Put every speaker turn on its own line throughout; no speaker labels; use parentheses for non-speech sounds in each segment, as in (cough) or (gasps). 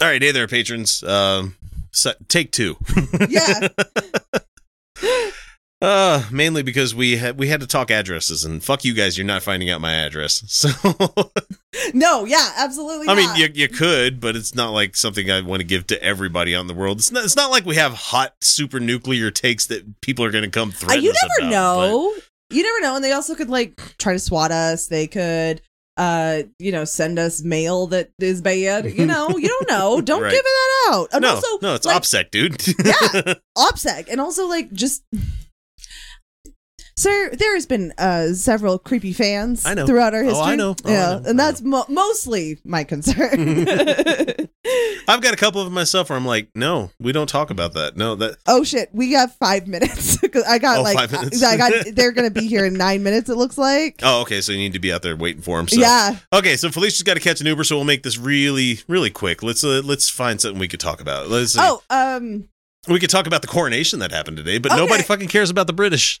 All right, hey there, patrons. Um, so, take two. (laughs)
Yeah.
Uh, mainly because we had we had to talk addresses, and fuck you guys, you're not finding out my address. (laughs) So
No, yeah, absolutely.
I mean,
not.
you you could, but it's not like something I want to give to everybody on the world. It's not it's not like we have hot super nuclear takes that people are going to come
Uh,
through.
you never know. You never know. And they also could like try to swat us. They could uh you know send us mail that is bad you know
(laughs)
you don't know don't
Right.
give that out and
no,
also
no, it's
like,
OPSEC, dude. (laughs)
Yeah. OPSEC. And also, like, just. Sir, there has been uh, several creepy fans
I know.
throughout our
Oh, I
history.
know. Oh, I
yeah,
know. I
and that's mo- mostly my concern.
(laughs)
(laughs)
I've got a couple of myself where I'm like, no, we don't talk about that. No, that
oh shit, we got five minutes. (laughs) 'Cause I got
Oh,
like,
five minutes. (laughs)
I got. They're gonna be here in nine minutes. It looks like.
oh, okay. So you need to be out there waiting for him. So.
Yeah,
Okay, so Felicia's got to catch an Uber, so we'll make this really, really quick. Let's uh, let's find something we could talk about. Let's see.
Oh, um,
we could talk about the coronation that happened today, but
Okay.
nobody fucking cares about the British.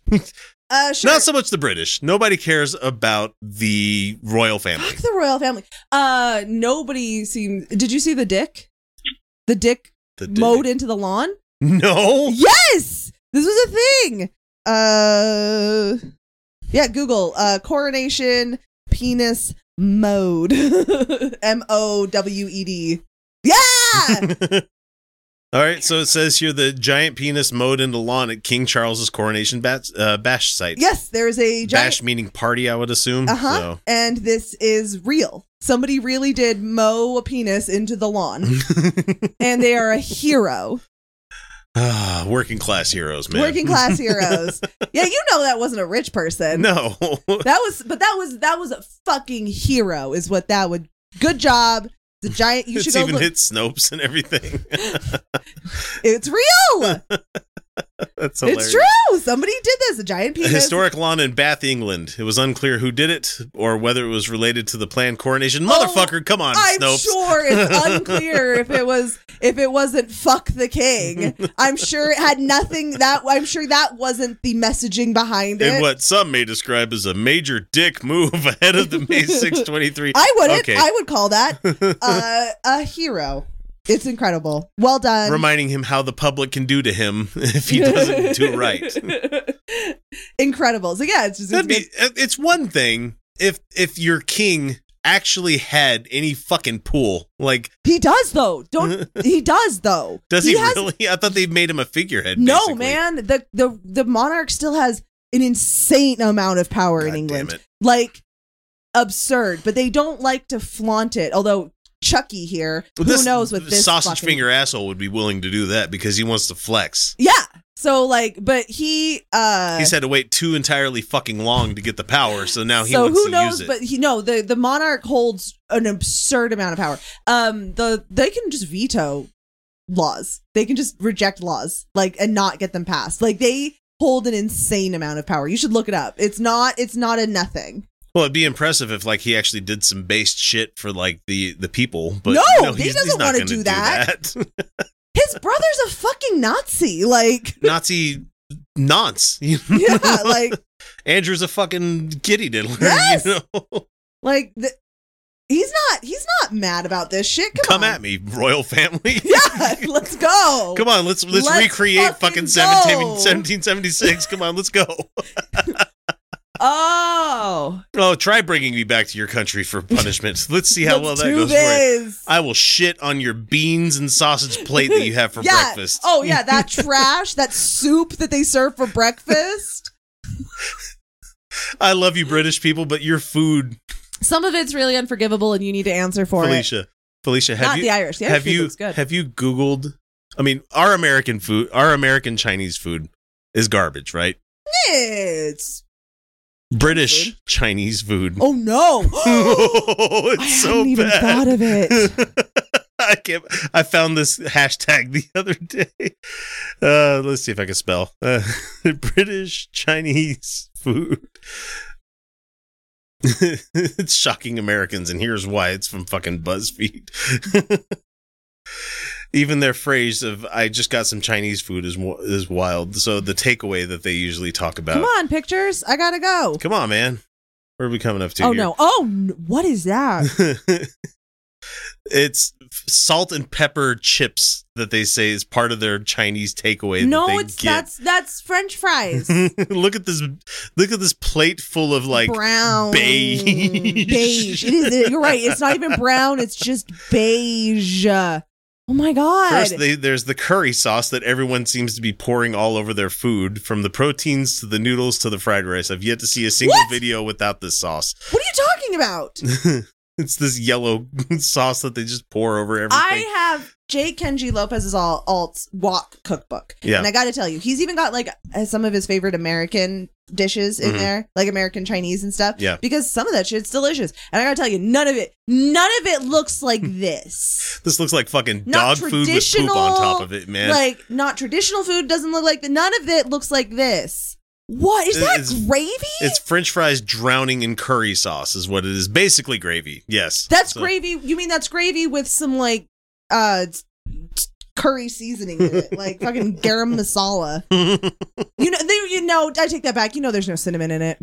uh, (laughs) sure.
Not so much the British. Nobody cares about the royal family. (gasps)
Fuck the royal family. Uh, nobody seems. Did you see the dick? The dick
The dick.
mowed into the lawn.
No.
Yes, this was a thing. Uh, yeah. Google uh, coronation penis mode. (laughs) M O W E D.
(laughs)
Yeah.
All right, so it says here the giant penis mowed into lawn at King Charles's coronation bat, uh, bash site.
yes, there is a giant.
Bash meaning party, I would assume.
Uh huh.
So.
And this is real. Somebody really did mow a penis into
(laughs)
the lawn, and they are a hero.
Ah, working class heroes, man.
Working
(laughs)
class heroes. yeah, you know that wasn't a rich person.
No.
That was, but that was that was a fucking hero, is what that would. Good job. The
(laughs)
giant. You should
it's
go
even
look.
hit Snopes and everything.
It's real.
That's hilarious.
it's true. Somebody did this. A giant
A
penis.
historic lawn in Bath, England. It was unclear who did it or whether it was related to the planned coronation. Motherfucker, come on,
Oh, I'm
Snopes.
sure
(laughs)
it's unclear if it was if it wasn't fuck the king. I'm sure it had nothing that I'm sure that wasn't the messaging behind it.
In what some may describe as a major dick move (laughs) ahead of the
(laughs)
May 623.
I wouldn't.
Okay.
I would
(laughs)
call that uh, a hero. It's incredible. Well done.
Reminding him how the public can do to him (laughs) if he doesn't do
(laughs)
right.
Incredible. So yeah, it's just
That'd
it's-
be. uh, It's one thing if if your king actually had any fucking pool. Like,
He does though.
(laughs)
Don't he does though.
does he,
has-
really? (laughs) I thought they made him a figurehead.
No,
basically.
man. The the the monarch still has an insane amount of power
God
in
damn
England.
it.
Like absurd, but they don't like to flaunt it. Although Chucky here,
Well,
who
this
knows what this
sausage
fucking-
finger asshole would be willing to do that because he wants to flex.
Yeah. So like, but he uh
He's had to wait too entirely fucking long to get the power, so now he
so
wants
who
to
knows?
use it.
But he no the the monarch holds an absurd amount of power. Um, the they can just veto laws. They can just reject laws like and not get them passed. Like they hold an insane amount of power. You should look it up. It's not it's not a nothing.
well, it'd be impressive if like he actually did some based shit for like the the people. But
No,
no
he
he's, he's
doesn't
not
wanna
gonna
do
do
that.
that. (laughs)
His brother's a fucking Nazi. Like (laughs)
Nazi nonce. (laughs) you know?
yeah, like
Andrew's a fucking kitty diddler. (laughs)
Yes!
You know?
like the, he's not he's not mad about this shit. Come,
(laughs) Come
on.
at me, royal family. (laughs)
(laughs) Yeah, let's go.
Come on, let's let's,
Let's
recreate
fucking
fucking, 17,
go.
1776. Come on, let's go.
Oh,
Oh, try bringing me back to your country for
(laughs)
punishment. Let's see how well
let's
that
do
goes for you.
this.
I will shit on your beans and sausage plate that you have
(laughs)
for
yeah.
breakfast.
Oh yeah, that trash, that soup that they serve for breakfast.
(laughs) I love you, British people, but your food,
Some of it's really unforgivable, and you need to answer for
Felicia. Felicia,
it.
have
Not
you
the Irish. The Irish
have
food
you
looks good.
have you Googled? I mean, our American food, our American Chinese food is garbage, right?
it's
British
food?
Chinese food. (laughs)
oh no, (gasps)
Oh,
I
(laughs) it's so
hadn't even
bad.
thought of it.
(laughs) I can't. I found this hashtag the (laughs) other day. Uh, let's see if I can spell uh, (laughs) British Chinese food. (laughs) it's shocking Americans, and here's why: it's from fucking BuzzFeed. (laughs) Even their phrase of "I just got some Chinese food" is wa- is wild. So the takeaway that they usually talk about.
Come on, pictures. I gotta go.
Come on, man. Where are we coming up to?
oh
here? (laughs)
no. Oh, n- what is that?
It's salt and pepper chips that they say is part of their Chinese takeaway.
no,
that they
it's
get.
that's that's French fries.
look at this. Look at this plate full of (laughs) like
brown
beige.
Beige. It is. You're right. It's not even brown. It's just beige. Oh my god.
First, they, there's the curry sauce that everyone seems to be pouring all over their food, from the proteins to the noodles to the fried rice. I've yet to see a single
What?
video without this sauce. (laughs)
what are you talking about?
It's this yellow (laughs) sauce that they just pour over everything.
I have Jay Kenji Lopez's all alt walk cookbook.
Yeah.
And I got to tell you, he's even got like uh, some of his favorite American dishes in
Mhm.
there, like American Chinese and stuff.
Yeah.
Because some of that shit's delicious. And I got to tell you, none of it, none of it looks like
Hmm.
this.
this looks like fucking
Not
dog food with poop on
traditional,
top of it, man.
Like, not traditional food doesn't look like that. None of it looks like this. What is
It-
that
it's-
gravy?
it's French fries drowning in curry sauce, is what it is. Basically, gravy. Yes,
that's
So-
gravy. You mean that's gravy with some like uh s- s- curry seasoning in it, like
(laughs)
fucking garam masala. You know, they, you know, I take that back. You know, there's no cinnamon in it.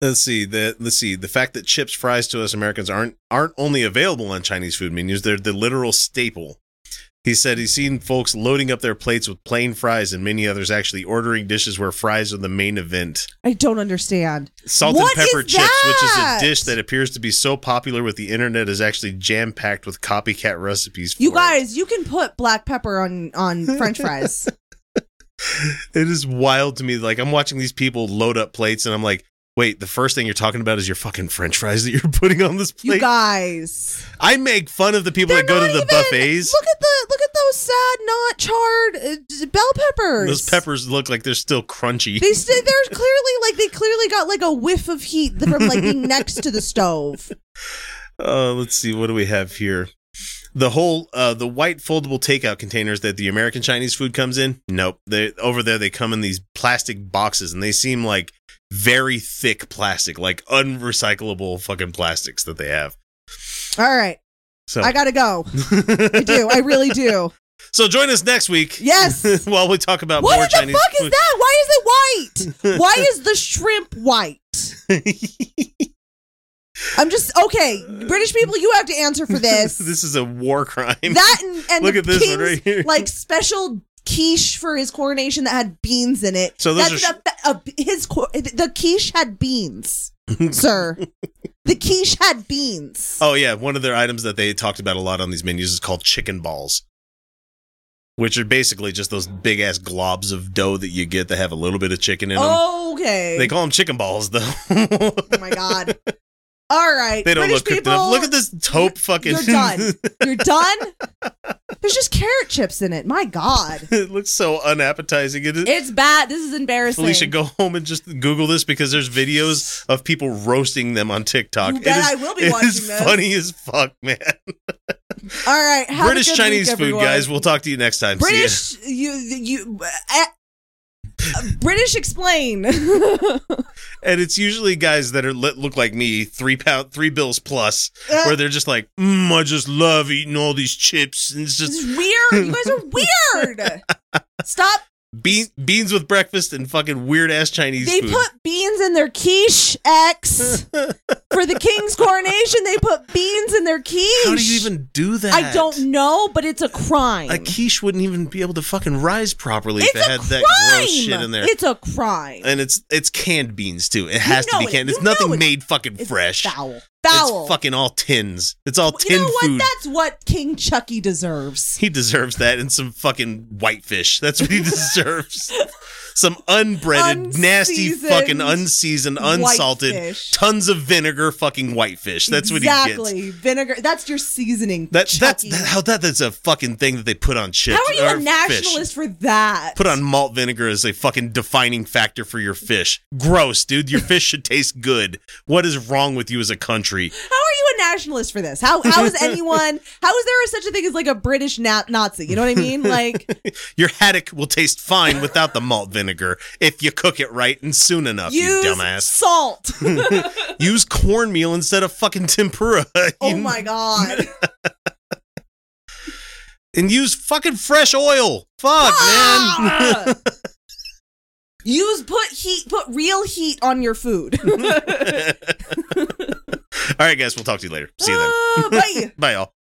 Let's see the let's see the fact that chips, fries to us Americans aren't aren't only available on Chinese food menus; they're the literal staple. He said he's seen folks loading up their plates with plain fries, and many others actually ordering dishes where fries are the main event.
I don't understand.
Salt
What
and pepper
is
chips,
that?
which is a dish that appears to be so popular with the internet, is actually jam packed with copycat recipes. For
You
it.
guys, you can put black pepper on
(laughs)
on French fries.
it is wild to me. Like I'm watching these people load up plates, and I'm like, wait, the first thing you're talking about is your fucking French fries that you're (laughs) putting on this
You
plate.
guys,
I make fun of the people
They're
that go to
not
the
even-
buffets.
Look at the look at those sad, not charred uh, d- bell peppers.
Those peppers look like they're still crunchy.
They st- they're clearly like they clearly got like a whiff of heat from like being next to the stove.
Uh, let's see, what do we have here? The whole uh, the white foldable takeout containers that the American Chinese food comes in. Nope, they over there they come in these plastic boxes, and they seem like very thick plastic, like unrecyclable fucking plastics that they have.
All right,
So
I gotta go.
(laughs)
I do. I really do.
so join us next week. (laughs)
Yes.
while we talk about more
What the
Chinese
fuck is
food.
that? Why is it
(laughs)
white? Why is the shrimp white? I'm just okay. British people, you have to
(laughs)
answer for this.
this is a war crime.
that and, and
Look
the
at this
king's,
one right here.
like special quiche for his coronation that had beans in it.
So those
That's the- a- uh, his cor- the quiche
(laughs)
had beans, sir. The quiche had beans.
Oh yeah, one of their items that they talked about a lot on these menus is called chicken balls, which are basically just those big ass globs of dough that you get that have a little bit of chicken in them.
Oh, okay.
They call them chicken balls though. (laughs) they
oh
(laughs)
my god. All right.
don't
British
look cooked
people,
enough. Look at this taupe fucking.
You're
(laughs)
done. You're done. There's just carrot chips in it. My god.
it looks so unappetizing. It is.
It's bad. This is embarrassing.
Felicia, go home and just Google this because there's videos of people roasting them on TikTok.
You bet
it is,
I will be
it is
watching this.
funny as fuck, man.
All right. Have a
British
good
Chinese
week,
food,
everyone.
guys. We'll talk to you next time. See ya.
British, you, you, uh, uh, British explain. (laughs)
and it's usually guys that are li- look like me, three pound, three bills plus,
Uh.
where they're just like, mm, I just love eating all these chips, and it's
This
just
is weird. You guys are weird. Stop.
bean- beans with breakfast and fucking weird ass (laughs) Chinese
They
food.
put beans in their quiche, X. For the king's coronation, they put beans in their quiche.
How do you even do that?
I don't know, but it's a crime.
A quiche wouldn't even be able to fucking rise properly
it's
if it
a
had
crime.
that gross shit in there.
It's a crime.
and it's it's canned beans too. It has to
know
be
it.
canned. It's
You know
nothing
it.
made fucking
It's
fresh.
Foul. Foul.
It's fucking all tins. It's all
you
tin
know what?
food.
That's what King Chucky deserves.
(laughs) He deserves that and some fucking whitefish. That's
(laughs)
what he deserves. Some unbreaded, nasty,
Unseasoned
fucking unseasoned, unsalted,
whitefish.
tons of vinegar, fucking whitefish. That's what he gets.
exactly. Vinegar. That's your seasoning.
That that's
Chucky.
that, how that that's a fucking thing that they put on chips.
How are you
or
a
fish.
nationalist for that?
Put on malt vinegar as a fucking defining factor for your fish. Gross, dude. Your fish should taste good. What is wrong with you as a country?
How are you a nationalist for this? How how is
(laughs)
anyone? How is there such a thing as like a British na- Nazi? You know what
(laughs)
I mean? Like
Your haddock will taste fine without the malt vinegar if you cook it right and soon enough,
use
you dumbass. (laughs)
salt.
Use cornmeal instead of fucking tempura. (laughs)
oh my god.
And use fucking fresh oil. Fuck, man. (laughs)
Ah! (laughs) use put heat. Put real heat on your food. All right, guys. We'll talk to you later. See you then.
Ah, bye.
(laughs) Bye, y'all.